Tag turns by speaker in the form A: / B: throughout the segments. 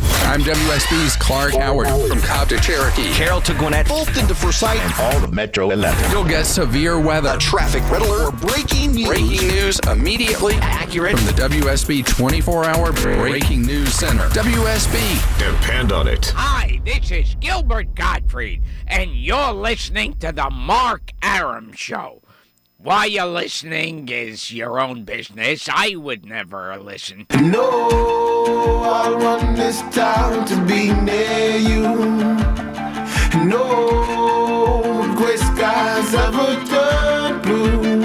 A: I'm WSB's Clark Howard. From Cobb to Cherokee,
B: Carroll to Gwinnett,
C: Fulton to Forsyth,
D: all the Metro 11.
A: you'll get severe weather.
C: a traffic red alert, breaking news.
A: Breaking news immediately
B: Accurate.
A: from the WSB 24 hour Breaking News Center. WSB,
D: Depend on it.
E: Hi, this is Gilbert Gottfried, and you're listening to the Mark Aram Show. Why you're listening is your own business. I would never listen.
F: No, I want this town to be near you. No gray skies ever turn blue.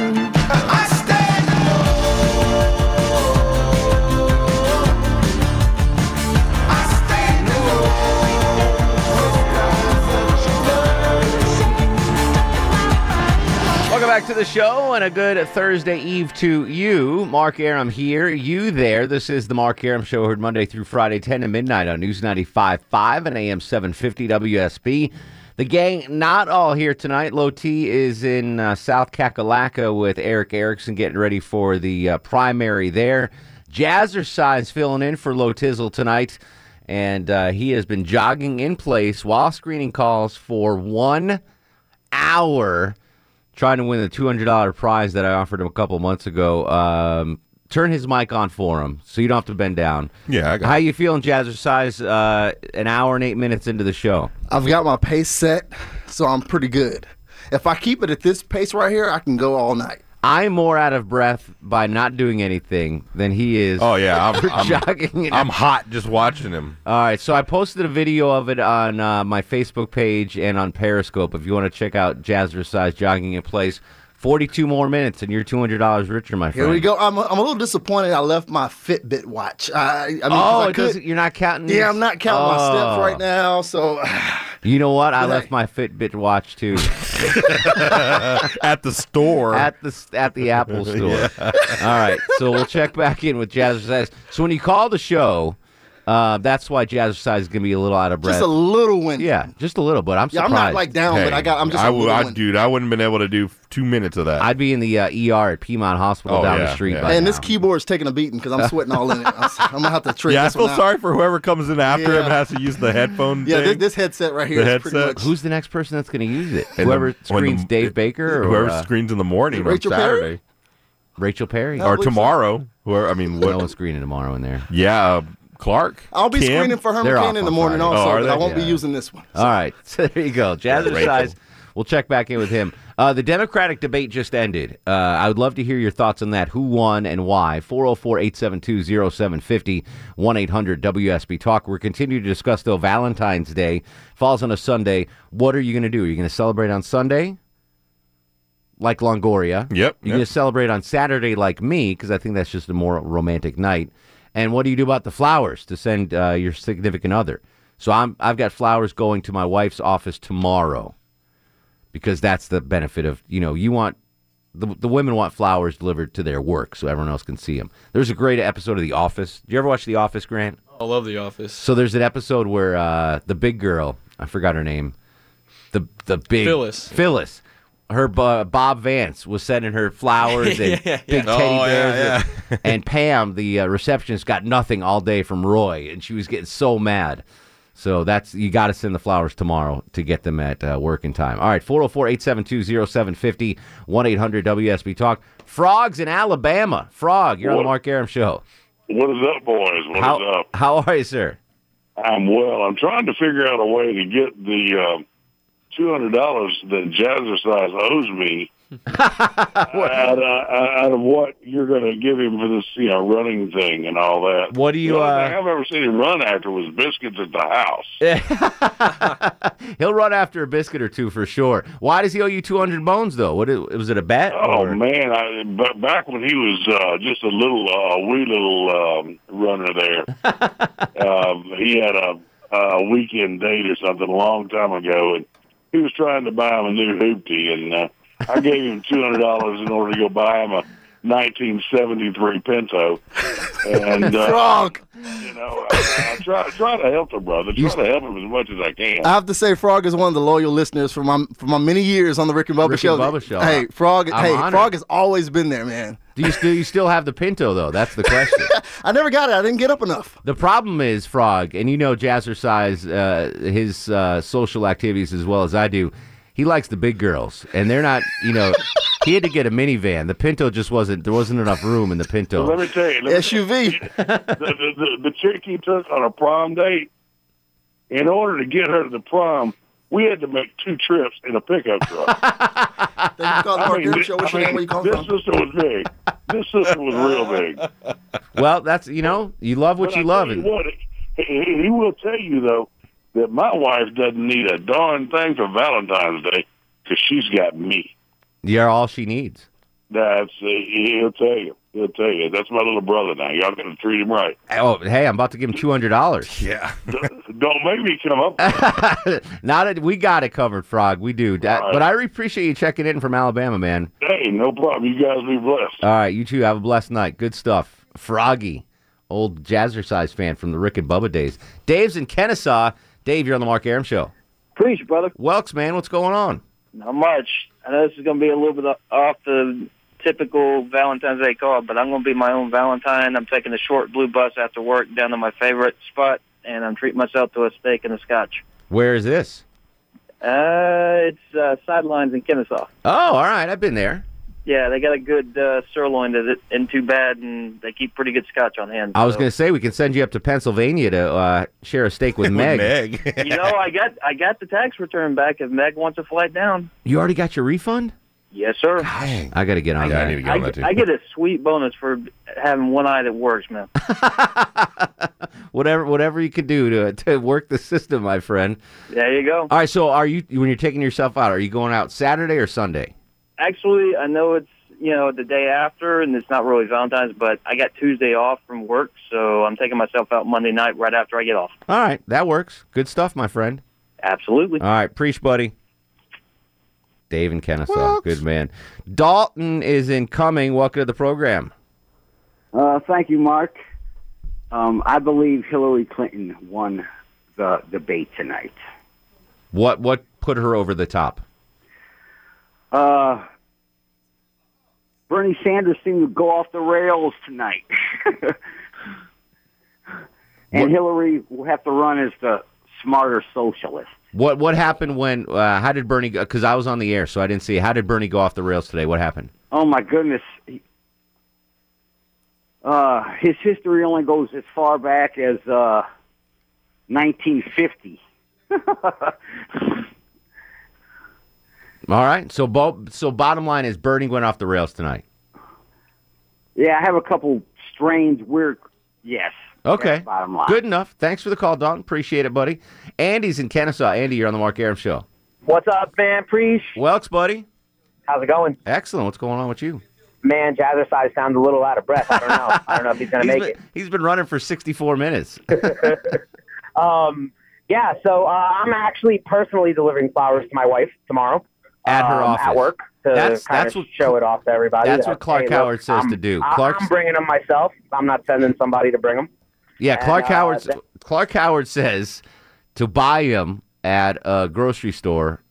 F: I stand alone. I stand alone. Gray skies ever turn blue.
G: Welcome back to the show and a good Thursday Eve to you. Mark Aram here, you there. This is the Mark Aram Show, heard Monday through Friday, 10 to midnight on News 95.5 and AM 750 WSB. The gang, not all here tonight. Low T is in uh, South Kakalaka with Eric Erickson getting ready for the uh, primary there. Jazzercise filling in for Low Tizzle tonight, and uh, he has been jogging in place while screening calls for one hour trying to win the $200 prize that I offered him a couple months ago. Um, turn his mic on for him so you don't have to bend down.
H: Yeah, I got
G: How you feeling, Jazzercise, uh, an hour and eight minutes into the show?
I: I've got my pace set, so I'm pretty good. If I keep it at this pace right here, I can go all night.
G: I'm more out of breath by not doing anything than he is.
H: Oh yeah, I'm,
G: for
H: I'm-
G: jogging it
H: I'm hot just watching him.
G: All right, so I posted a video of it on uh, my Facebook page and on Periscope. If you want to check out Jazzercise jogging in place, 42 more minutes and you're $200 richer, my friend.
I: Here we go. I'm a, I'm a little disappointed. I left my Fitbit watch. I, I mean, 'cause
G: Oh,
I: I
G: it
I: could-
G: doesn't, you're not counting.
I: yeah, I'm not counting my steps
G: Oh.
I: right now. So,
G: You know what? I
I: Did I-
G: left my Fitbit watch too
H: At the store.
G: at the s- at the Apple store. All right, so we'll check back in with Jazzercise. So when you call the show, uh, that's why Jazzercise is gonna be a little out of breath.
I: just a little wind.
G: yeah, just a little, but I'm
I: yeah.
G: surprised.
I: I'm not like down,
H: Hey,
I: but I got. I'm just.
H: I
I: a
H: would,
I: little
H: I,
I: winded.
H: dude. I wouldn't have been able to do two minutes of that.
G: I'd be in the uh, ER at Piedmont Hospital
H: Oh,
G: down the
H: yeah,
G: street.
H: yeah.
G: By
I: And
G: now.
I: this keyboard's taking a beating because I'm sweating all in it. I'm, I'm gonna have to trick
H: yeah, I
I: this
H: feel
I: one out.
H: sorry for whoever comes in after him
I: Yeah.
H: and has to use the headphone.
I: Yeah, this,
H: thing.
I: this headset right here is
H: The
I: pretty
H: headset?
I: much.
G: Who's the next person that's gonna use it?
H: And
G: Whoever
H: the- when the-
G: screens Dave Baker or
H: whoever
G: uh,
H: screens in the morning on
I: Rachel Perry?
H: Saturday
G: Rachel Perry.
I: No.
H: or
I: believe so.
H: tomorrow. Whoever I mean,
G: no
H: what,
G: one's screening tomorrow in there.
H: yeah, uh, Clark.
I: I'll be
H: Kim?
I: screening for
G: They're off
I: Herman in the
G: on
I: morning
G: Friday.
H: Oh,
I: also,
H: are
I: but I
H: they?
I: won't
H: Yeah.
I: be using this one.
G: All right, so there you go. Jazzercise.
H: Rachel.
G: We'll check back in with him. Uh, the Democratic debate just ended. Uh, I would love to hear your thoughts on that. Who won and why? 404 872 0750 1 800 WSB Talk. We're continuing to discuss, though, Valentine's Day falls on a Sunday. What are you going to do? Are you going to celebrate on Sunday? Like Longoria.
H: Yep,
G: You're going
H: yep.
G: to celebrate on Saturday, like me, because I think that's just a more romantic night. And what do you do about the flowers to send uh, your significant other? So I'm I've got flowers going to my wife's office tomorrow, because that's the benefit of you know you want the the women want flowers delivered to their work so everyone else can see them. There's a great episode of The Office. Do you ever watch The Office, Grant?
J: I love The Office.
G: So there's an episode where uh, the big girl, I forgot her name, the the big
J: Phyllis.
G: Phyllis, her bo- Bob Vance was sending her flowers and big teddy
H: Oh, yeah,
G: bears, And, and Pam, the uh, receptionist, got nothing all day from Roy, and she was getting so mad. So that's you got to send the flowers tomorrow to get them at uh, work in time. All right, 404-872-0750, 1-800-WSB Talk. Frogs in Alabama. Frog, you're on the
K: What-
G: Mark Aram show.
K: What is up, boys? What is
G: How,
K: up?
G: how are you, sir?
K: I'm well. I'm trying to figure out a way to get the uh, two hundred dollars that Jazzercise owes me out, uh, out of what you're going to give him for this, you know, running thing and all that.
G: What do you,
K: The only
G: uh,
K: thing I've ever seen him run after was biscuits at the house.
G: He'll run after a biscuit or two for sure. Why does he owe you 200 bones, though? What is, was it a bet?
K: Oh
G: or-
K: man! I, b- back when he was uh, just a little, uh, wee little um, runner there, um, he had a, a weekend date or something a long time ago, and he was trying to buy him a new hoopty, and uh, I gave him two hundred dollars in order to go buy him a 1973 Pinto. And uh,
I: Frog.
K: you know, I, I try try to help the brother, try to help him as much as I can.
I: I have to say, Frog is one of the loyal listeners for my for my many years on the Rick and Bubba
G: Rick and
I: show.
G: Bubba Show.
I: Hey, Frog.
G: I'm
I: hey,
G: honored.
I: Frog has always been there, man.
G: Do you still you still have the Pinto though? That's the question.
I: I never got it. I didn't get up enough.
G: the problem is Frog, and you know Jazzercise, uh, his uh, social activities as well as I do. He likes the big girls, and they're not. You know, he had to get a minivan. The Pinto just wasn't. There wasn't enough room in the
K: Let
G: Pinto.
K: me tell you, let me
I: SUV.
K: the, the, the, the chick he took on a prom date, in order to get her to the prom, we had to make two trips in a pickup truck.
I: They just call the
K: I
I: Mark
K: mean,
I: Aram
K: this,
I: show. What
K: I
I: you know
K: mean,
I: where you come
K: this
I: from?
K: sister was big. This sister was real big.
G: Well, that's you know, you love what
K: But
G: you
K: I
G: love,
K: tell you
G: and
K: what, he, he- he will tell you though that my wife doesn't need a darn thing for Valentine's Day because she's got me.
G: you're all she needs.
K: That's he'll tell you. He'll tell you. That's my little brother now. Y'all got to treat him right.
G: Oh, hey, I'm about to give him two hundred dollars.
H: Yeah.
K: Don't make me come up. with
G: Not that we got it covered, Frog. We do. That-
K: All right.
G: But I appreciate you checking in from Alabama, man.
K: it. Hey, no problem. You guys be blessed.
G: All right, you two have a blessed night. Good stuff. Froggy, old Jazzercise fan from the Rick and Bubba days. Dave's in Kennesaw. Dave, you're on the Mark Aram Show.
B: Preach, brother.
G: Welks, man, what's going on?
B: Not much. I know this is going to be a little bit off the typical Valentine's Day call, but I'm going to be my own Valentine. I'm taking a short blue bus after work down to my favorite spot, and I'm treating myself to a steak and a scotch.
G: Where is this?
B: Uh, it's uh, sidelines in Kennesaw.
G: Oh, all right, I've been there.
B: Yeah, they got a good uh, sirloin that it isn't too bad, and they keep pretty good scotch on hand.
G: I was
B: so.
G: going to say we can send you up to Pennsylvania to uh, share a steak with Meg.
H: Meg.
B: You know, I got I got the tax return back. If Meg wants a flight down,
G: You already got your refund?
B: yes, sir.
H: Dang.
G: I got to get on
H: Yeah, I
G: that.
H: need to get
B: I,
H: on that too.
B: I get a sweet bonus for having one eye that works, man.
G: Whatever, whatever you can do to to work the system, my friend.
B: there you go.
G: All right, so are you when you're taking yourself out? Are you going out Saturday or Sunday?
B: Actually, I know it's you know the day after, and it's not really Valentine's, but I got Tuesday off from work, so I'm taking myself out Monday night right after I get off.
G: All right, that works. Good stuff, my friend.
B: Absolutely.
G: All right, preach, buddy. Dave in Kennesaw, good man. Dalton is incoming. Welcome to the program.
J: Uh, thank you, Mark. Um, I believe Hillary Clinton won the debate tonight.
G: What what put her over the top?
J: Uh, Bernie Sanders seemed to go off the rails tonight, and Hillary will have to run as the smarter socialist.
G: What what happened when? Uh, how did Bernie? Because I was on the air, so I didn't see. it. How did Bernie go off the rails today? What happened?
J: Oh my goodness. He- Uh, his history only goes as far back as uh, 1950.
G: All right. So bo- so bottom line is Bernie went off the rails tonight.
J: Yeah, I have a couple strange, weird. Yes.
G: Okay.
J: That's bottom line.
G: Good enough. Thanks for the call, Dalton. Appreciate it, buddy. Andy's in Kennesaw. Andy, you're on the Mark Aram Show.
B: What's up, man? Preach.
G: Welks, buddy.
B: How's it going,
G: Excellent. What's going on with you?
B: man? Jazzercise sounds a little out of breath. I don't know. I don't know if he's gonna
G: He's
B: make
G: been,
B: it.
G: he's been running for 64 minutes.
B: Um, yeah. So uh, I'm actually personally delivering flowers to my wife tomorrow
G: At her
B: um,
G: office.
B: at work to
G: That's-
B: kind
G: that's
B: of
G: what-
B: show it off to everybody.
G: That's
B: that,
G: what Clark
B: hey, look,
G: Howard says
B: I'm-
G: to do.
B: I-
G: Clark's-
B: I'm bringing them myself. I'm not sending somebody to bring them.
G: Yeah,
B: And,
G: Clark
B: uh,
G: Howard.
B: that-
G: Clark Howard says to buy him at a grocery store,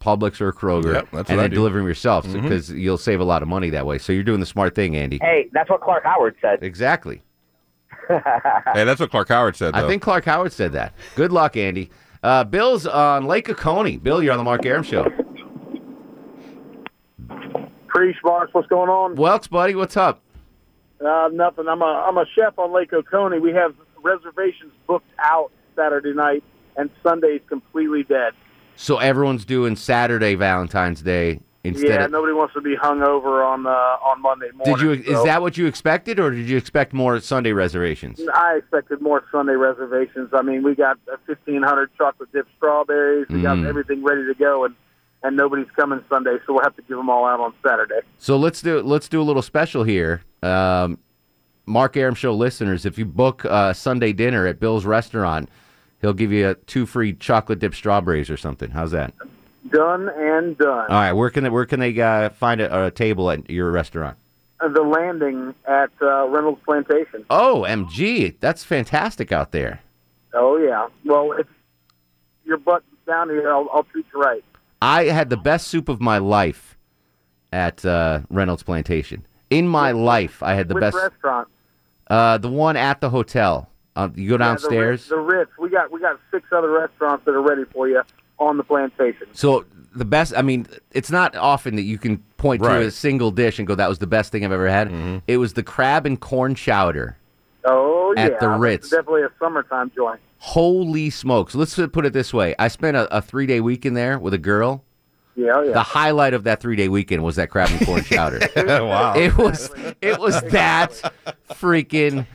G: Publix or Kroger,
H: Yep, that's
G: and then
H: what I do. Mm-hmm.
G: deliver him yourself because you'll save a lot of money that way. So you're doing the smart thing, Andy.
B: Hey, that's what Clark Howard said.
G: Exactly.
B: uh,
H: Hey, that's what Clark Howard said, though.
G: I think Clark Howard said that. Good luck, Andy. Uh, Bill's on Lake Oconee. Bill, you're on the Mark Aram Show.
B: Preach, Mark. What's going on?
G: Welks, buddy, what's up?
B: Uh, nothing. I'm a I'm a chef on Lake Oconee. We have reservations booked out Saturday night, and Sunday's completely dead.
G: So everyone's doing Saturday Valentine's Day instead
B: yeah,
G: of.
B: nobody wants to be hung over on uh, on Monday morning.
G: Did you? Is
B: so
G: that what you expected, or did you expect more Sunday reservations?
B: I expected more Sunday reservations. I mean, we got uh, 1,500 chocolate dipped strawberries. We got
G: Mm.
B: everything ready to go, and and nobody's coming Sunday, so we'll have to give them all out on Saturday.
G: So let's do let's do a little special here. Um, Mark Aram Show listeners, if you book uh, Sunday dinner at Bill's restaurant, he'll give you uh two free chocolate dipped strawberries or something. How's that?
B: Done and done.
G: All right, where can they, where can they uh, find a, a table at your restaurant?
L: the landing at uh, Reynolds Plantation.
G: Oh, MG, that's fantastic out there.
L: Oh yeah. Well, if your butt down here, I'll, I'll treat you right.
G: I had the best soup of my life at uh, Reynolds Plantation. In my life, I had the
L: Which
G: best.
L: restaurant?
G: Uh, the one at the hotel. Uh, you go
L: Yeah, the
G: downstairs.
L: Ritz- the Ritz. We got we got six other restaurants that are ready for you on the plantation.
G: So the best. I mean, it's not often that you can point
L: Right.
G: to a single dish and go, "That was the best thing I've ever had." It was the crab and corn chowder.
L: Oh yeah.
G: At the Ritz.
L: It's definitely a summertime joint.
G: Holy smokes! Let's put it this way: I spent a, a three day weekend there with a girl.
L: Yeah, yeah.
G: The highlight of that three day weekend was that crab and corn chowder.
L: Wow.
G: It was it was that freaking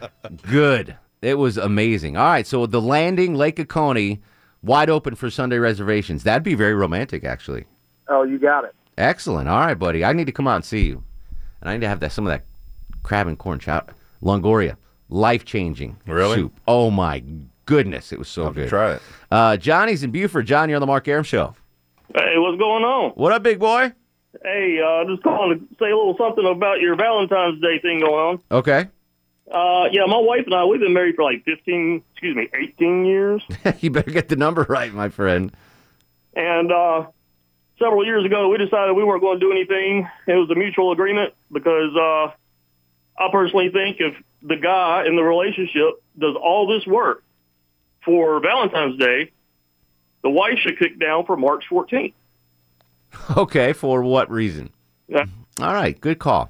G: good. It was amazing. All right, so the landing, Lake Oconee, wide open for Sunday reservations. That'd be very romantic, actually.
L: Oh, you got it.
G: Excellent. All right, buddy. I need to come out and see you, and I need to have that some of that crab and corn chowder. Longoria, life changing
H: Really?
G: soup. Oh my goodness, it was so good. Try it. Uh, Johnny's in Buford. John, you're on the Mark Aram Show.
M: Hey, what's going on?
G: What up, big boy?
M: Hey, uh, just calling to say a little something about your Valentine's Day thing going on.
G: Okay.
M: Uh, yeah, my wife and I, we've been married for like 15, excuse me, 18 years.
G: you better get the number right, my friend.
M: And uh, several years ago, we decided we weren't going to do anything. It was a mutual agreement because uh, I personally think if the guy in the relationship does all this work for Valentine's Day, the wife should kick down for March 14th.
G: Okay, for what reason?
M: Yeah.
G: All right, good call.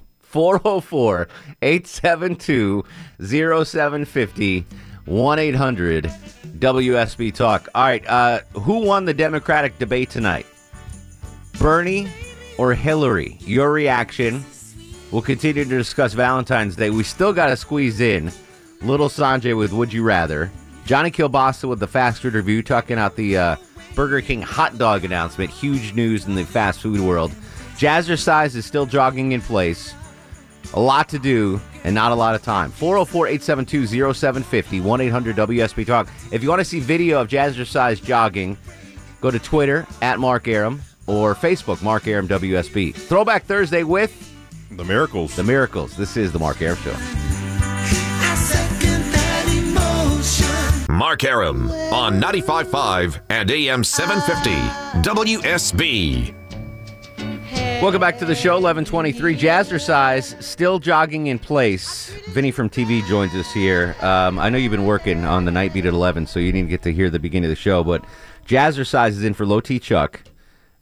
G: 404 872 0750 1 800 WSB Talk. All right, uh, who won the Democratic debate tonight? Bernie or Hillary? Your reaction. We'll continue to discuss Valentine's Day. We still got to squeeze in Little Sanjay with Would You Rather. Johnny Kilbasa with the fast food review, talking out the uh, Burger King hot dog announcement. Huge news in the fast food world. Jazzercise is still jogging in place. A lot to do and not a lot of time. 404 872 0750 1 800 WSB Talk. If you want to see video of Jazzercise jogging, go to Twitter at Mark Aram or Facebook Mark Aram WSB. Throwback Thursday with The Miracles. The Miracles. This is the Mark Aram Show.
D: Mark Aram on 95.5 and AM 750 WSB.
G: Welcome back to the show, 1123. Jazzercise, still jogging in place. Vinny from TV joins us here. Um, I know you've been working on the night beat at 11, so you didn't get to hear the beginning of the show, but Jazzercise is in for Low T Chuck,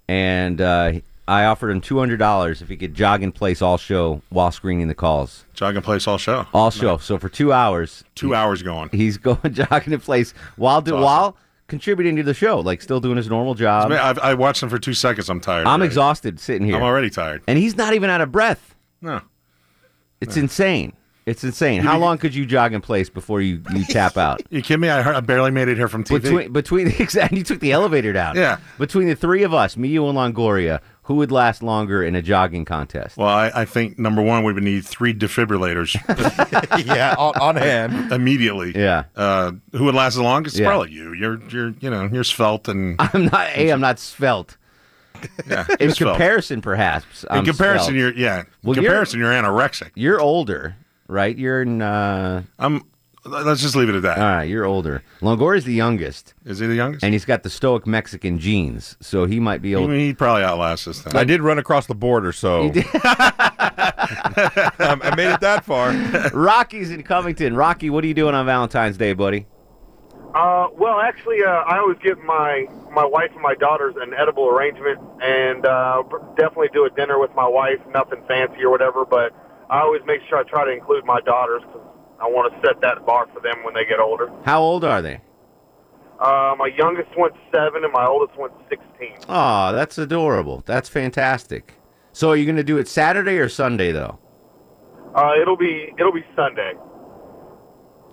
G: and uh, I offered him $200 if he could jog in place all show while screening the calls.
N: Jog in place all show.
G: All show. So for two hours.
N: Two hours going.
G: He's going jogging in place while, do,
N: awesome.
G: while contributing to the show, like still doing his normal job.
N: I, I've- I watched him for two seconds. I'm tired.
G: I'm
N: already.
G: exhausted sitting here.
N: I'm already tired.
G: And he's not even out of breath.
N: No.
G: It's insane. It's insane. How long could you jog in place before you, you tap out?
N: You kidding me? I, heard, I barely made it here from TV.
G: Between between the exact, you took the elevator down.
N: Yeah.
G: Between the three of us, me, you, and Longoria, who would last longer in a jogging contest?
N: well, I, I think number one, we would need three defibrillators. yeah, on, on hand immediately.
G: Yeah.
N: Uh, who would last the longest?
G: Yeah.
N: Probably you. You're you're you know you're svelte and
G: I'm not. Hey, I'm not svelte.
N: Yeah,
G: In
N: you're svelte.
G: comparison, perhaps.
N: In
G: I'm
N: comparison,
G: svelte.
N: you're yeah.
G: Well,
N: in
G: you're-
N: comparison, you're, anorexic.
G: You're older, right? You're in. Uh,
N: I'm. Let's just leave it at that.
G: All right, you're older. Longoria's the youngest.
N: Is he the youngest?
G: And he's got the stoic Mexican genes, so he might be
N: I
G: old.
N: mean, he'd probably outlast us then.
G: I
N: did
H: run across the border, so Um, I made it that far.
G: Rocky's in Covington. Rocky, what are you doing on Valentine's Day, buddy?
O: Uh, well, actually, uh, I always give my my wife and my daughters an edible arrangement, and uh, definitely do a dinner with my wife. Nothing fancy or whatever, but I always make sure I try to include my daughters 'cause I want to set that bar for them when they get older.
G: How old are they?
O: Uh, my youngest one's seven, and my oldest one's sixteen.
G: Oh, that's adorable. That's fantastic. So are you going to do it Saturday or Sunday though?
O: Uh, it'll be it'll be Sunday.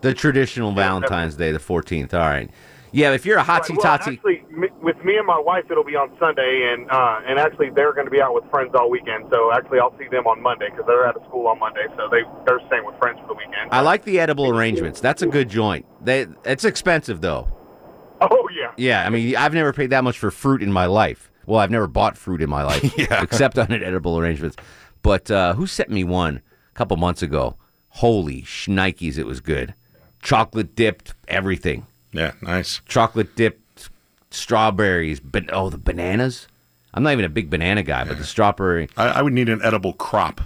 G: The traditional Valentine's Day, the 14th. All right. Yeah, if you're a hotsy
O: Well,
G: totsy,
O: actually, m- with me and my wife, it'll be on Sunday, and uh, and actually they're going to be out with friends all weekend. So actually, I'll see them on Monday 'cause they're out of school on Monday, so they they're staying with friends for the weekend.
G: I like the edible arrangements. That's a good joint. They it's expensive though.
O: Oh yeah.
G: Yeah, I mean, I've never paid that much for fruit in my life. Well, I've never bought fruit in my life, except on an edible arrangements. But uh, who sent me one? couple months ago. Holy shnikes, it was good. Chocolate dipped everything.
N: Yeah, nice.
G: Chocolate dipped strawberries, but oh, the bananas. I'm not even a big banana guy, but the strawberry.
N: I, I would need an edible crop.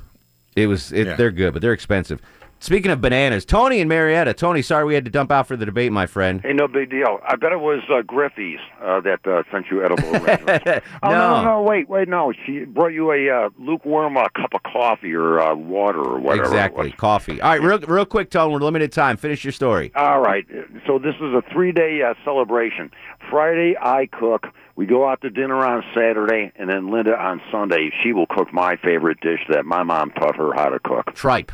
G: It was. It,
N: Yeah.
G: They're good, but they're expensive. Speaking of bananas, Tony and Marietta. Tony, sorry we had to dump out for the debate, my friend.
P: Hey, no big deal. I bet it was uh, Griffey's uh, that uh, sent you edible arrangements. Oh, no, no, wait, wait, no. She brought you a uh, lukewarm uh, cup of coffee or uh, water or whatever.
G: Exactly. Coffee. All right, real, real quick, Tone. We're limited time. Finish your story.
P: All right. So this is a three-day uh, celebration. Friday, I cook. We go out to dinner on Saturday, and then Linda on Sunday. She will cook my favorite dish that my mom taught her how to cook.
G: Tripe.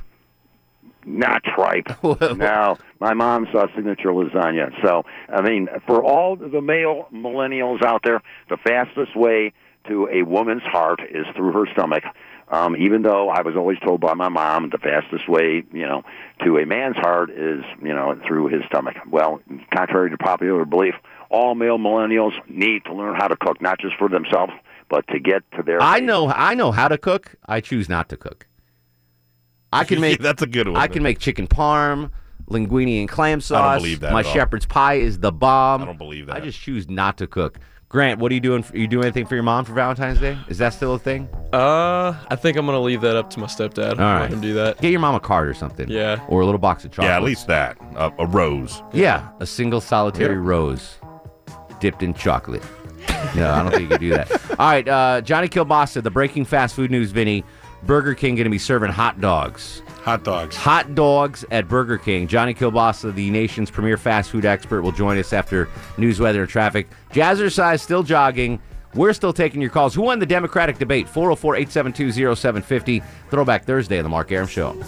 P: Not tripe. no, my mom's uh, signature lasagna. So, I mean, for all the male millennials out there, the fastest way to a woman's heart is through her stomach. Um, even though I was always told by my mom the fastest way, you know, to a man's heart is, you know, through his stomach. Well, contrary to popular belief, all male millennials need to learn how to cook, not just for themselves, but to get to their.
G: I know. I know how to cook. I choose not to cook. I can make.
N: that's a good one.
G: I can make chicken parm, linguine and clam sauce.
N: believe that
G: My
N: at all.
G: shepherd's pie is the bomb. I don't
N: believe
G: that. I just choose not to cook. Grant, what are you doing? For, you do anything for your mom for Valentine's Day? Is that still a thing?
Q: Uh, I think I'm gonna leave that up to my stepdad.
G: All right.
Q: Let him do that.
G: Get your mom a card or something.
Q: Yeah.
G: Or a little box of chocolate.
Q: Yeah, at least
N: that. A, a rose.
G: Yeah. A single solitary rose dipped in chocolate. No, I don't think you can do that. All right. Uh, Johnny Kilbasa, the breaking fast food news, Vinny. Burger King going to be serving hot dogs.
N: Hot dogs.
G: Hot dogs at Burger King. Johnny Kilbasa, the nation's premier fast food expert, will join us after news, weather, and traffic. Jazzercise still jogging. We're still taking your calls. Who won the Democratic debate? 404 872 0750. Throwback Thursday on The Mark Aram Show.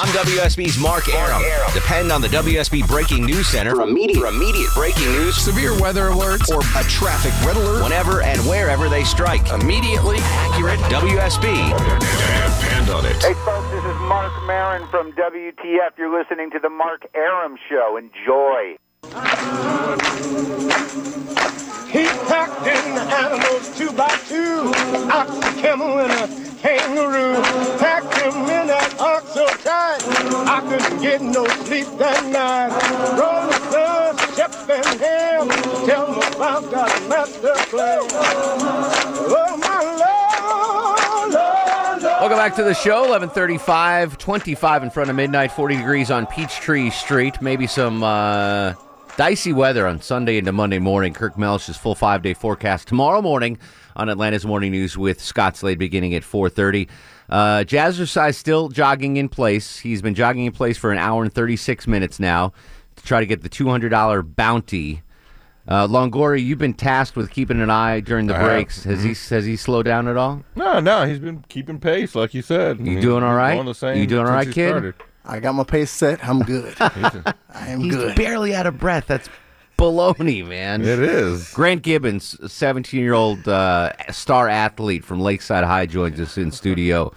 R: I'm WSB's Mark Aram. Depend on the WSB Breaking News Center for immediate, for immediate breaking news, severe weather alerts, or a traffic red alert whenever and wherever they strike. Immediately accurate WSB. Depend on it.
S: Hey, folks, this is Mark Marin from WTF. You're listening to The Mark Aram Show. Enjoy.
T: He packed in the animals two by two, ox, a camel, and a kangaroo. Packed him in that ox so tight, I couldn't get no sleep that night. Roll the sun, step and ham, tell me about that master plan. Oh, my love, love, love.
G: Welcome back to the show. 1135, 25 in front of midnight, 40 degrees on Peachtree Street. Maybe some uh, dicey weather on Sunday into Monday morning. Kirk Melish's full five-day forecast tomorrow morning on Atlanta's Morning News with Scott Slade beginning at 430. Uh, Jazzercise still jogging in place. He's been jogging in place for an hour and 36 minutes now to try to get the $200 bounty. Uh, Longoria, you've been tasked with keeping an eye during the
H: I have. Mm-hmm.
G: breaks. Has he has he slowed down at all?
H: No, no, he's been keeping pace, like you said.
G: You doing all right?
H: On the same
G: You doing all
H: since
G: right,
H: he
G: kid?
H: started.
I: I got my pace set. I'm good. I am
G: He's
I: good.
G: barely out of breath. That's baloney, man. It
H: is.
G: Grant Gibbons, 17 year old uh, star athlete from Lakeside High, joins us in studio.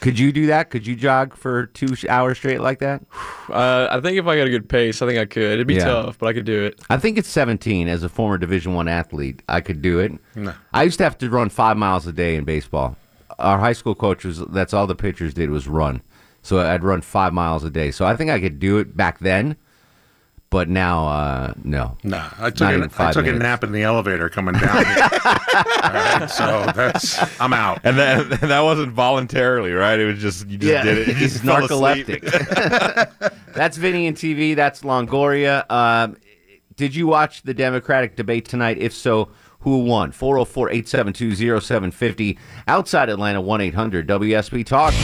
G: Could you do that? Could you jog for two sh- hours straight like that?
Q: Uh, I think if I got a good pace, I think I could. It'd be
G: Yeah.
Q: tough, but I could do it.
G: I think it's 17. As a former Division One athlete, I could do it.
Q: No.
G: I used to have to run five miles a day in baseball. Our high school coach was that's all the pitchers did was run. So I'd run five miles a day. So I think I could do it back then, but now uh, no.
N: Nah, I took,
G: Not
N: a,
G: even
N: I
G: five
N: took a
G: minutes.
N: nap in the elevator coming down. here. All right, so that's I'm out.
H: And that, that wasn't voluntarily, right? It was just you just
G: Yeah,
H: did it. You
G: he's
H: just fell asleep.
G: That's Vinny and TV. That's Longoria. Um, did you watch the Democratic debate tonight? If so, who won? 404 872 0750. Outside Atlanta, 1 800 WSB Talk.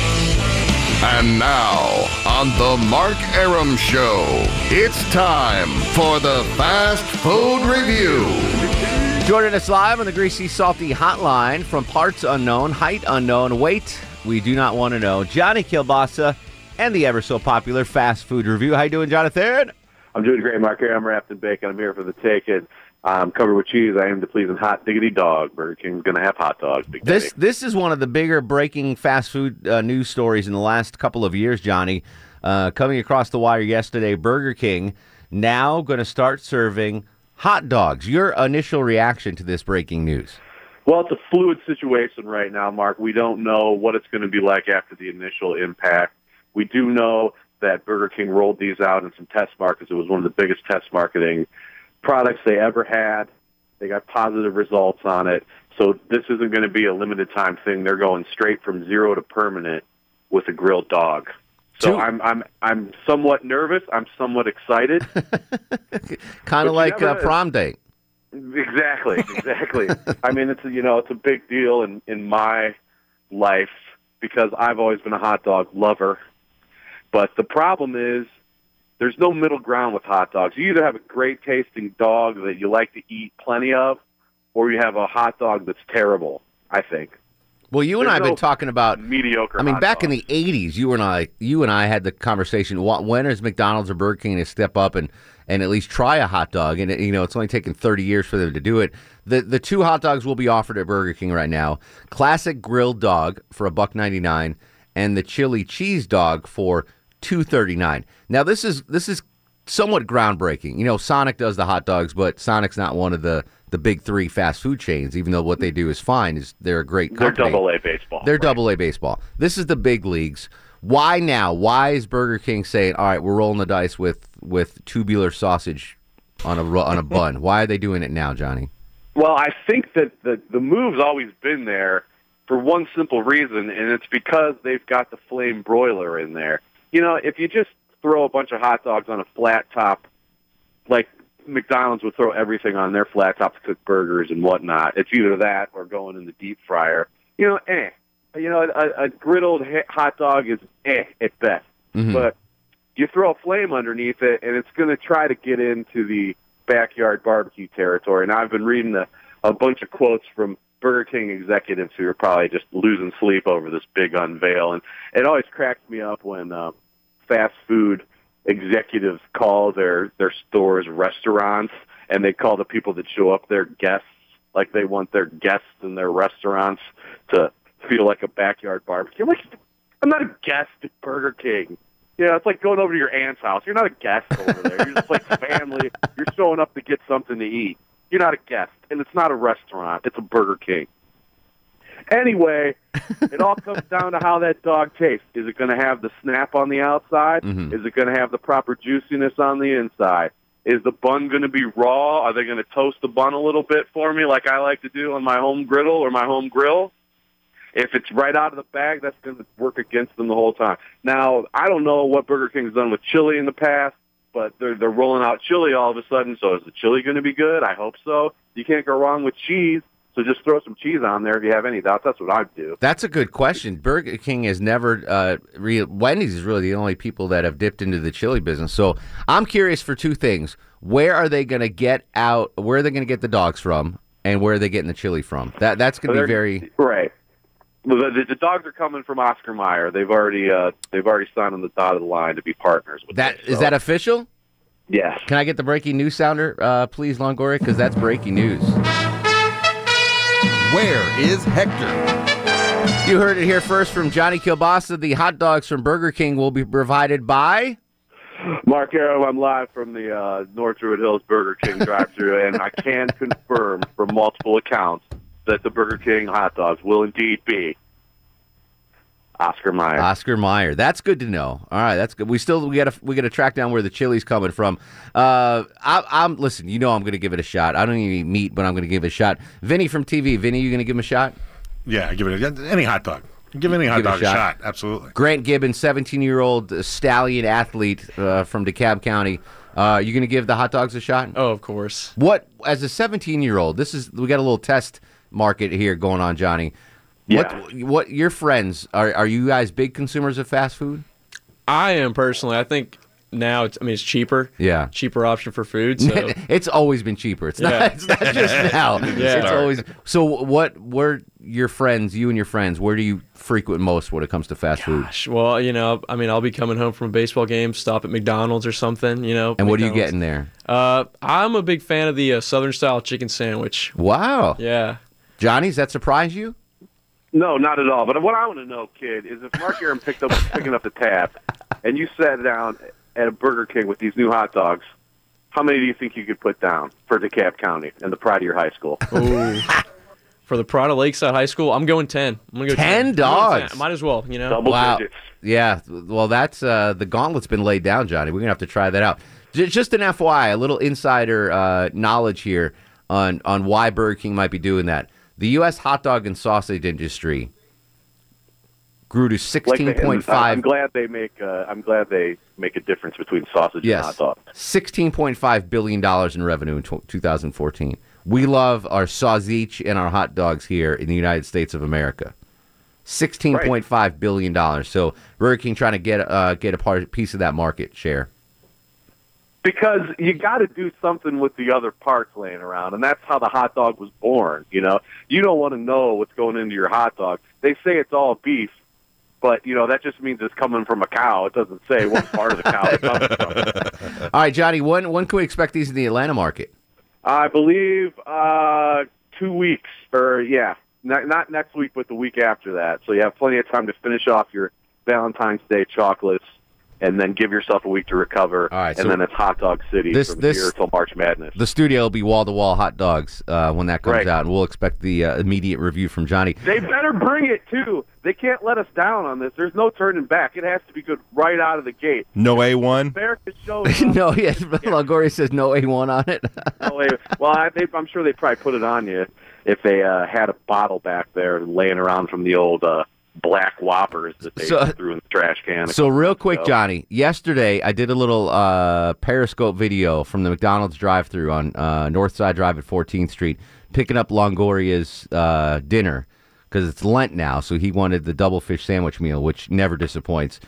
U: And now, on the Mark Aram Show, it's time for the Fast Food Review.
G: Joining us live on the Greasy Salty Hotline from parts unknown, height unknown, weight we do not want to know. Johnny Kilbasa and the ever so popular fast food review. How you doing, Jonathan?
V: I'm doing great, Mark. Here, I'm wrapped in bacon. I'm here for the take. And I'm covered with cheese. I am the pleasing hot diggity dog. Burger King's going to have hot dogs. Big
G: This this is one of the bigger breaking fast food uh, news stories in the last couple of years, Johnny. Uh, coming across the wire yesterday, Burger King now going to start serving hot dogs. Your initial reaction to this breaking news?
V: Well, it's a fluid situation right now, Mark. We don't know what it's going to be like after the initial impact. We do know that Burger King rolled these out in some test markets. It was one of the biggest test marketing products they ever had. They got positive results on it. So this isn't going to be a limited time thing. They're going straight from zero to permanent with a grilled dog. So I'm I'm I'm somewhat nervous. I'm somewhat excited.
G: Kind
V: you
G: of like uh,
V: never-
G: prom date.
V: Exactly, exactly. I mean, it's a, you know, it's a big deal in in my life because I've always been a hot dog lover. But the problem is there's no middle ground with hot dogs. You either have a great tasting dog that you like to eat plenty of or you have a hot dog that's terrible, I think.
G: Well, you and I
V: There's
G: have been
V: no
G: talking about
V: mediocre.
G: I mean,
V: hot
G: back in the '80s, you and I, you and I had the conversation: wh- when is McDonald's or Burger King to step up and and at least try a hot dog? And you know, it's only taken 30 years for them to do it. The the two hot dogs will be offered at Burger King right now: classic grilled dog for a buck 99, and the chili cheese dog for 239. Now, this is this is somewhat groundbreaking. You know, Sonic does the hot dogs, but Sonic's not one of the the big three fast food chains. Even though what they do is fine, is they're a great
V: They're
G: company.
V: double A baseball.
G: They're double A baseball. This is the big leagues. Why now? Why is Burger King saying, "All right, we're rolling the dice with with tubular sausage on a ru- on a bun"? Why are they doing it now, Johnny?
V: Well, I think that the the move's always been there for one simple reason, and it's because they've got the flame broiler in there. You know, if you just throw a bunch of hot dogs on a flat top, like McDonald's would throw everything on their flat top to cook burgers and whatnot, it's either that or going in the deep fryer. You know, eh. You know, a, a griddled ha- hot dog is eh at best.
C: Mm-hmm.
V: But you throw a flame underneath it, and it's going to try to get into the backyard barbecue territory. And I've been reading a, a bunch of quotes from Burger King executives who are probably just losing sleep over this big unveil. And it always cracks me up when uh, fast food executives call their their stores restaurants, and they call the people that show up their guests, like they want their guests in their restaurants to feel like a backyard barbecue. I'm like, I'm not a guest at Burger King. Yeah, it's like going over to your aunt's house. You're not a guest over there. You're just like family. You're showing up to get something to eat. You're not a guest, and it's not a restaurant. It's a Burger King. Anyway, it all comes down to how that dog tastes. Is it going to have the snap on the outside?
A: Mhm.
V: Is it going to have the proper juiciness on the inside? Is the bun going to be raw? Are they going to toast the bun a little bit for me, like I like to do on my home griddle or my home grill? If it's right out of the bag, that's going to work against them the whole time. Now, I don't know what Burger King's done with chili in the past, but they're they're rolling out chili all of a sudden. So is the chili going to be good? I hope so. You can't go wrong with cheese. So just throw some cheese on there if you have any doubts. That's what I'd do.
G: That's a good question. Burger King has never, uh, re- Wendy's is really the only people that have dipped into the chili business. So I'm curious for two things: where are they going to get out? Where are they going to get the dogs from? And where are they getting the chili from? That that's going to
V: They're-
G: be very
V: right. The, the, the dogs are coming from Oscar Mayer. They've already uh, they've already signed on the dotted line to be partners with.
G: That is that official?
V: Yes.
G: Can I get the breaking news sounder, uh, please, Longoria? Because that's breaking news.
U: Where is Hector?
G: You heard it here first from Johnny Kilbasa. The hot dogs from Burger King will be provided by.
V: Mark Arrow, I'm live from the uh, North Druid Hills Burger King drive-through, and I can confirm from multiple accounts that the Burger King hot dogs will indeed be Oscar Mayer.
G: Oscar Meyer. That's good to know. All right, that's good. We still we gotta we gotta track down where the chili's coming from. Uh, I, I'm listen. You know I'm gonna give it a shot. I don't even eat meat, but I'm gonna give it a shot. Vinny from TV. Vinny, you gonna give him a shot?
N: Yeah, give it a, any hot dog. Give any hot
G: Give it a
N: dog a
G: shot.
N: shot. Absolutely.
G: Grant Gibbons, 17 year old stallion athlete uh, from DeKalb County. Uh, you gonna give the hot dogs a shot?
Q: Oh, of course.
G: What as a 17 year old? This is we got a little test market here going on, Johnny. What what your friends are? Are you guys big consumers of fast food?
Q: I am personally. I think now it's. I mean, it's cheaper.
G: Yeah.
Q: Cheaper option for food. So
G: it's always been cheaper. It's
Q: Yeah.
G: not. It's not just now.
Q: Yeah.
G: It's
Q: Start.
G: always. So what? Where your friends? You and your friends? Where do you frequent most when it comes to fast food?
Q: Gosh, well, you know, I mean, I'll be coming home from a baseball game, stop at McDonald's or something. You know.
G: And what are you
Q: McDonald's.
G: getting there?
Q: Uh, I'm a big fan of the uh, Southern style chicken sandwich.
G: Wow.
Q: Yeah.
G: Johnny's that surprise you?
V: No, not at all. But what I want to know, kid, is if Mark Aaron picked up picking up the tab, and you sat down at a Burger King with these new hot dogs, how many do you think you could put down for DeKalb County and the pride of your high school?
Q: for the Prada Lakeside High School. I'm going ten. I'm gonna go
G: 10
Q: I'm going
G: dogs.
Q: 10. Might as well, you know.
G: wow. Yeah. Well, that's uh, the gauntlet's been laid down, Johnny. We're gonna have to try that out. J- just an FYI, a little insider uh, knowledge here on on why Burger King might be doing that. The U.S. hot dog and sausage industry grew to
V: Like they-
G: sixteen
V: and
G: point
V: I- I'm
G: five.
V: glad they make. Uh, I'm glad they make a difference between sausage and hot
G: Yes,
V: dog.
G: sixteen point five billion dollars in revenue in tw 2014. We love our sausage and our hot dogs here in the United States of America. Sixteen point five billion dollars. So Burger King trying to get uh, get a part piece of that market share.
V: because you got to do something with the other parts laying around, and that's how the hot dog was born. You know, you don't want to know what's going into your hot dog. They say it's all beef, but you know that just means it's coming from a cow. It doesn't say what part of the cow it's coming from.
G: All right, Johnny. When when can we expect these in the Atlanta market?
V: I believe uh, two weeks, or yeah, not, not next week, but the week after that. So you have plenty of time to finish off your Valentine's Day chocolates. And then give yourself a week to recover, All right, and
G: so-
V: then it's hot dog city
G: This-
V: from
G: this-
V: here till March Madness.
G: The studio will be wall to wall hot dogs uh, when that comes
V: Right.
G: out, and we'll expect the uh, immediate review from Johnny.
V: They better bring it too. They can't let us down on this. There's no turning back. It has to be good right out of the gate.
H: No A one.
V: America shows.
G: no, yeah, Longoria says no A one on it.
V: no way. Well, I think, I'm sure they probably put it on you if they uh, had a bottle back there laying around from the old uh, black whoppers that they
G: So- uh,
V: threw in the trash can.
G: So real quick,
V: So-
G: Johnny. Yesterday, I did a little uh, Periscope video from the McDonald's drive-through on uh, North Side Drive at 14th Street, picking up Longoria's uh, dinner because it's Lent now, so he wanted the double fish sandwich meal, which never disappoints.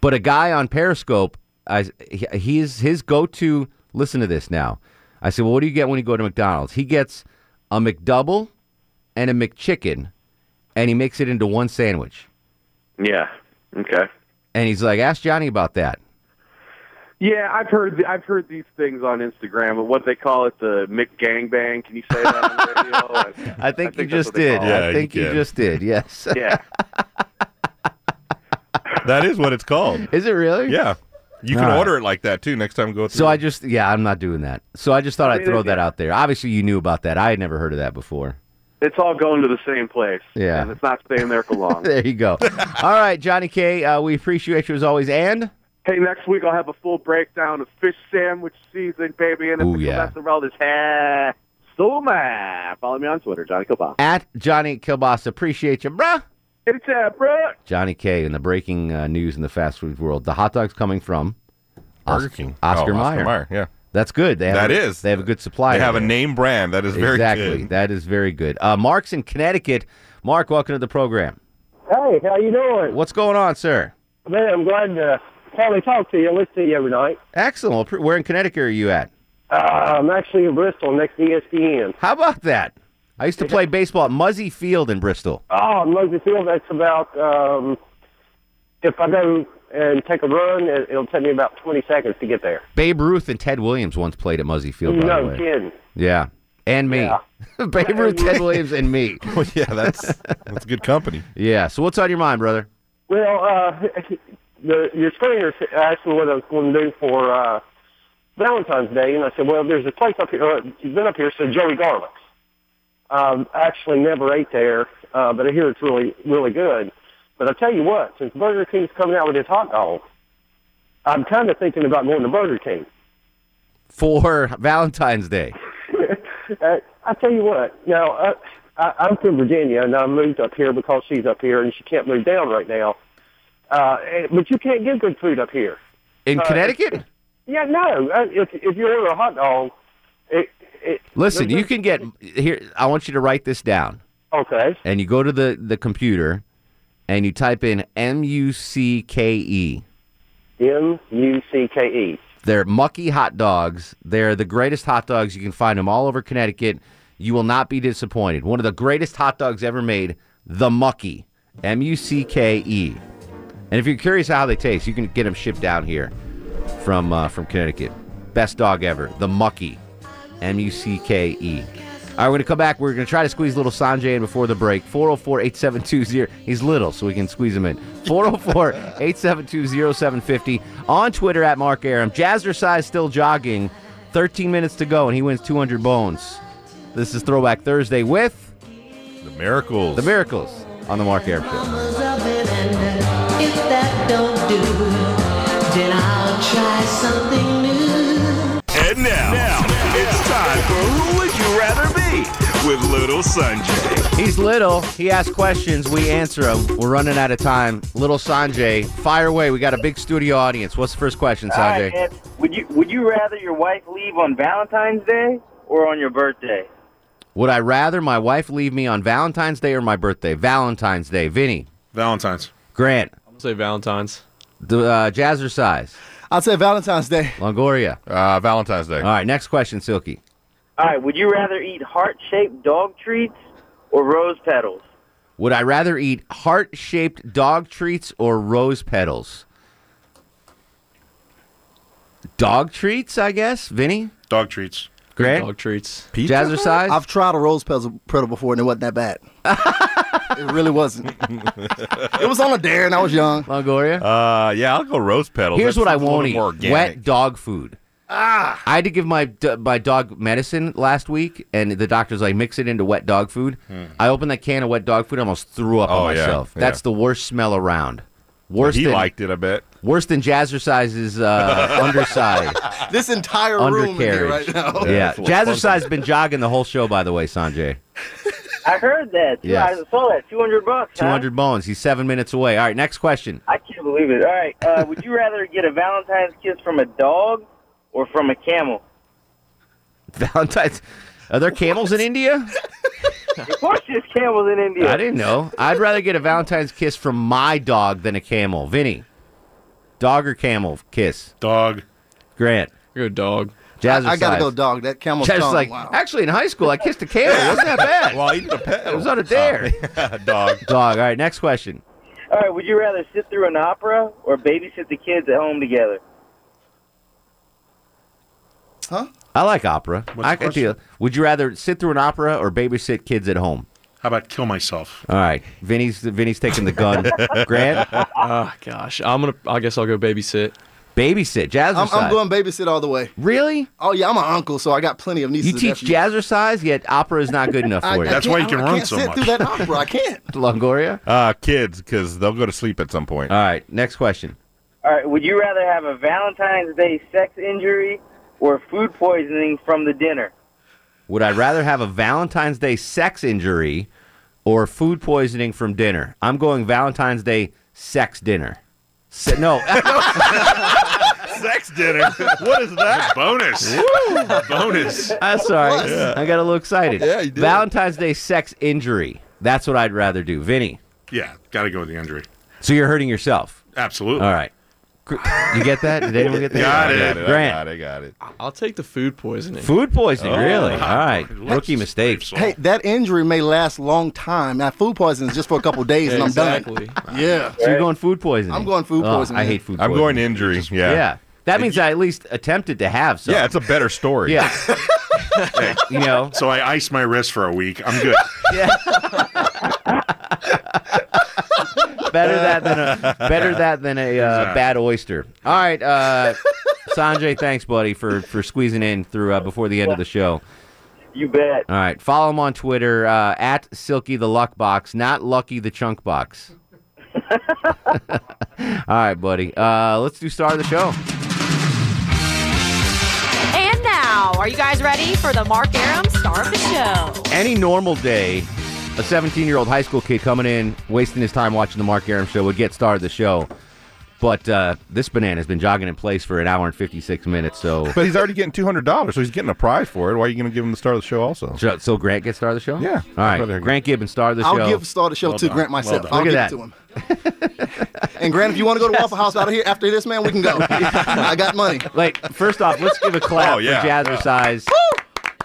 G: But a guy on Periscope, I, he- he's his go-to. Listen to this now. I said, "Well, what do you get when you go to McDonald's?" He gets a McDouble and a McChicken, and he makes it into one sandwich.
V: Yeah. Okay.
G: And he's like, ask Johnny about that.
V: Yeah, I've heard I've heard these things on Instagram. What they call it, the McGangbang. Can you say that on the radio?
G: I think you
V: think that's
G: just
V: what they
G: did.
V: call it.
G: I
V: Yeah,
G: think
V: you
G: you,
V: can.
G: just did. Yes.
V: Yeah.
H: That is what it's called.
G: Is it really?
H: Yeah. You can
G: All right.
H: order it like that too next time we go through.
G: So I just yeah, I'm not doing that. So I just thought
V: I
G: I'd
V: mean,
G: throw
V: it-
G: that out there. Obviously, you knew about that. I had never heard of that before.
V: It's all going to the same place.
G: Yeah.
V: And it's not staying there for long.
G: There you go. All right, Johnny K. Uh, we appreciate you as always. And
V: Hey, next week I'll have a full breakdown of fish sandwich season, baby, and
G: Ooh,
V: it's
G: yeah.
V: mozzarella hair. So mad. Follow me on Twitter, Johnny Copa.
G: at Johnny Kilbasa, appreciate you, bruh.
V: It's a bro.
G: Johnny K. And the breaking uh, news in the fast food world: the hot dogs coming from
H: Burger
G: Os-
H: King.
G: Oscar
H: Oh,
G: Mayer.
H: Oscar Mayer, yeah.
G: that's good. They have
H: That
G: a,
H: is.
G: They have a good supply.
H: They have
G: over
H: a
G: there.
H: name brand that is very
G: exactly.
H: good.
G: That is very good. Uh, Mark's in Connecticut. Mark, welcome to the program.
A: Hey, how you doing?
G: What's going on, sir?
A: Man, I'm glad to finally talk to you. I listen to you every night.
G: Excellent. Well, pr- Where in Connecticut are you at?
A: Uh, I'm actually in Bristol next to E ESPN.
G: How about that? I used to play baseball at Muzzy Field in Bristol.
A: Oh, in Mosby Field, that's about, um, if I go and take a run, it, it'll take me about 20 seconds to get there.
G: Babe Ruth and Ted Williams once played at Muzzy Field. by the
A: no
G: way.
A: kidding.
G: Yeah, and me. Babe Ruth, Ted Williams, and me. yeah, that's that's good company. Yeah. So what's on your mind, brother?
A: Well, uh, the, your screener asked me what I was going to do for uh, Valentine's Day, and I said, well, there's a place up here, uh, you've been up here, so Joey Garlic's. Um, I actually never ate there, uh, but I hear it's really, really good. But I tell you what, since Burger King's coming out with his hot dog, I'm kind of thinking about going to Burger King.
G: For Valentine's Day.
A: uh, I tell you what. Now I, I, I'm from Virginia, and I moved up here because she's up here, and she can't move down right now. Uh, eh, but you can't get good food up here
G: In
A: Uh,
G: Connecticut?
A: Yeah, no. uh, If if you order a hot dog, it, it
G: Listen,
A: there's
G: you can get here. I want you to write this down.
A: no- okay.
G: and you go to the, the computer and you type in M U C K E.
A: M U C K E.
G: They're mucky hot dogs. They're the greatest hot dogs. You can find them all over Connecticut. You will not be disappointed. One of the greatest hot dogs ever made, the Mucky. M U C K E. And if you're curious how they taste, you can get them shipped down here from uh, from Connecticut. Best dog ever, the Mucky. M U C K E. All right, we're going to come back. We're going to try to squeeze little Sanjay in before the break. 404 8720. He's little, so we can squeeze him in. 404 872 0750. On Twitter at Mark Aram. Jazzercise still jogging. 13 minutes to go, and he wins 200 bones. This is Throwback Thursday with
H: The miracles. The
G: miracles on the Mark Aram Show.
C: uh, If that don't do, then I'll try something new.
E: And now, it's time for Who Would You Rather Be with Little Sanjay.
G: He's little. He asks questions. We answer them. We're running out of time. Little Sanjay, fire away. We got a big studio audience. What's the first question,
B: All right,
G: Sanjay?
B: Ed, would you would you rather your wife leave on Valentine's Day or on your birthday?
G: Would I rather my wife leave me on Valentine's Day or my birthday? Valentine's Day. Vinny. Valentine's. Grant. I'm say Valentine's. The uh, Jazzercise.
I: I'd say Valentine's Day.
G: Longoria.
H: Uh, Valentine's Day. All
G: right. Next question, Silky.
B: All right, would you rather eat heart-shaped dog treats or rose petals?
G: Would I rather eat heart-shaped dog treats or rose petals? Dog treats, I guess. Vinny. Dog treats. Grant. Dog treats. Jazzercise.
I: I've tried a rose petal, petal before and it wasn't that bad. it really wasn't. it was on a dare and I was young.
G: Longoria.
H: Uh, yeah, I'll go rose petals.
G: Here's
H: That
G: what I
H: sounds a little
G: won't eat:
H: more organic.
G: wet dog food. Ah! I had to give my d- my dog medicine last week, and the doctor's like, mix it into wet dog food.
H: Hmm.
G: I opened that can of wet dog food, almost threw up
H: Oh,
G: on
H: yeah,
G: myself.
H: yeah.
G: That's the worst smell around. Worse.
H: He
G: than,
H: liked it, I bet.
G: Worse than Jazzercise's uh, underside
I: This entire room in here
G: undercarriage.
I: right now.
G: yeah, Jazzercise has been jogging the whole show. By the way, Sanjay,
B: I heard that. too.
G: Yes.
B: I saw that. Two hundred bucks.
G: two
B: huh?
G: hundred bones. He's seven minutes away. All right, next question.
B: I can't believe it. All right. Uh, would you rather get a Valentine's kiss from a dog or from a camel?
G: Valentine's. Are there camels in India?
B: Of course, there's camels in India.
G: I didn't know. I'd rather get a Valentine's kiss from my dog than a camel. Vinny, dog or camel kiss? Dog. Grant. Go dog. Jazz
I: I, I gotta go dog. That camel's
G: Just
I: tongue.
G: like
I: wow.
G: actually in high school I kissed a camel. It wasn't that bad?
H: While eating a pet.
G: It was on a dare.
H: dog.
G: Dog. All right. Next question.
B: All right. Would you rather sit through an opera or babysit the kids at home together?
I: Huh?
G: I like opera.
N: What's
G: I
N: the
G: could
N: question?
G: deal. Would you rather sit through an opera or babysit kids at home?
N: How about kill myself?
G: All right. Vinny's Vinny's taking the gun. Grant.
Q: Oh gosh, I'm gonna. I guess I'll go babysit.
G: Babysit, Jazz.
I: I'm, I'm going babysit all the way.
G: Really?
I: Oh yeah, I'm an uncle, so I got plenty of nieces.
G: You teach jazzercise, yet opera is not good enough for you.
I: can't sit through that opera. I can't.
G: Longoria?
H: Uh, kids, because they'll go to sleep at some point. All
G: right, next question.
B: All right. Would you rather have a Valentine's Day sex injury or food poisoning from the dinner?
G: Would I rather have a Valentine's Day sex injury or food poisoning from dinner? I'm going Valentine's Day sex dinner. Se- no,
H: Sex dinner. What is that? Bonus. Bonus.
G: I'm sorry. I got a little excited.
H: Yeah, you did.
G: Valentine's Day sex injury. That's what I'd rather do. Vinny.
N: Yeah, got to go with the injury.
G: So you're hurting yourself.
N: Absolutely.
G: All right. Cr- You get that? Did anyone get that?
N: Got it.
G: Grant.
H: I got it.
Q: I'll take the food poisoning.
G: Food poisoning,
Q: Oh,
G: really? All
Q: wow.
G: right. Rookie mistakes.
I: Hey, that injury may last long time. Now food poisoning is just for a couple days, and I'm
Q: Exactly.
I: done. Yeah.
G: So you're going food poisoning?
I: I'm going food
G: Oh,
I: poisoning.
G: I hate food
H: I'm
G: poisoning.
H: going injury. Yeah.
G: Yeah. That means I at least attempted to have some.
H: Yeah, it's a better story.
G: Yeah. you know.
N: So I ice my wrist for a week. I'm good.
G: better that than a better that than a uh,
N: Exactly.
G: bad oyster. All right, uh, Sanjay, thanks, buddy, for for squeezing in through uh, before the end of the show.
B: You bet.
G: All right, follow him on Twitter uh, at Silky the Luck Box, not Lucky the Chunk Box. All right, buddy. Uh, let's do star of the show.
W: And now, are you guys ready for the Mark Aram star of the show?
G: Any normal day, a 17 year old high school kid coming in, wasting his time watching the Mark Aram show, would get star of the show. But uh, this banana has been jogging in place for an hour and 56 minutes. So,
H: But he's already getting two hundred dollars, so he's getting a prize for it. Why are you going to give him the star of the show also?
G: so, so Grant gets star of the show?
H: Yeah.
G: All right. Grant Gibbons, star of the
I: I'll
G: show.
I: give Star the show
G: Well
I: to
G: done.
I: Grant myself.
G: Well
I: I'll
G: done.
I: give
G: Look
I: it to him. and Grant, if you want to go to Waffle House out of here after this, man, we can go. I got money.
G: Like, first off, let's give a clap
I: Oh, yeah.
G: for Jazzercise.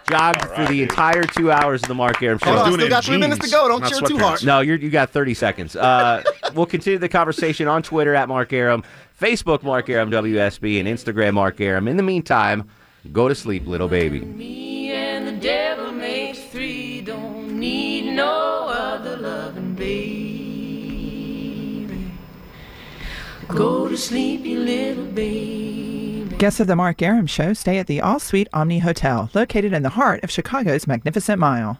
G: Jogged through the entire two hours of the Mark Aram show.
I: Hold on, Doing still it got in three minutes jeans, to go. Don't not cheer too sweatpants. hard.
G: No, you're, you got 30 seconds. Uh, we'll continue the conversation on Twitter at Mark Aram, Facebook Mark Aram WSB, and Instagram Mark Aram. In the meantime, go to sleep, little baby.
C: Me and the devil makes three. Don't need no other loving, baby. Go to sleep, you little baby.
X: Guests of the Mark Aram Show stay at the All Suite Omni Hotel, located in the heart of Chicago's Magnificent Mile.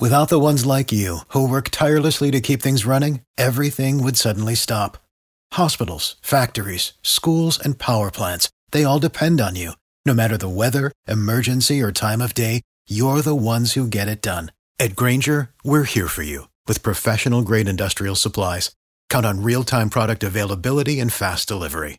F: Without the ones like you, who work tirelessly to keep things running, everything would suddenly stop. Hospitals, factories, schools, and power plants, they all depend on you. No matter the weather, emergency, or time of day, you're the ones who get it done. At Granger, we're here for you with professional grade industrial supplies. Count on real time product availability and fast delivery.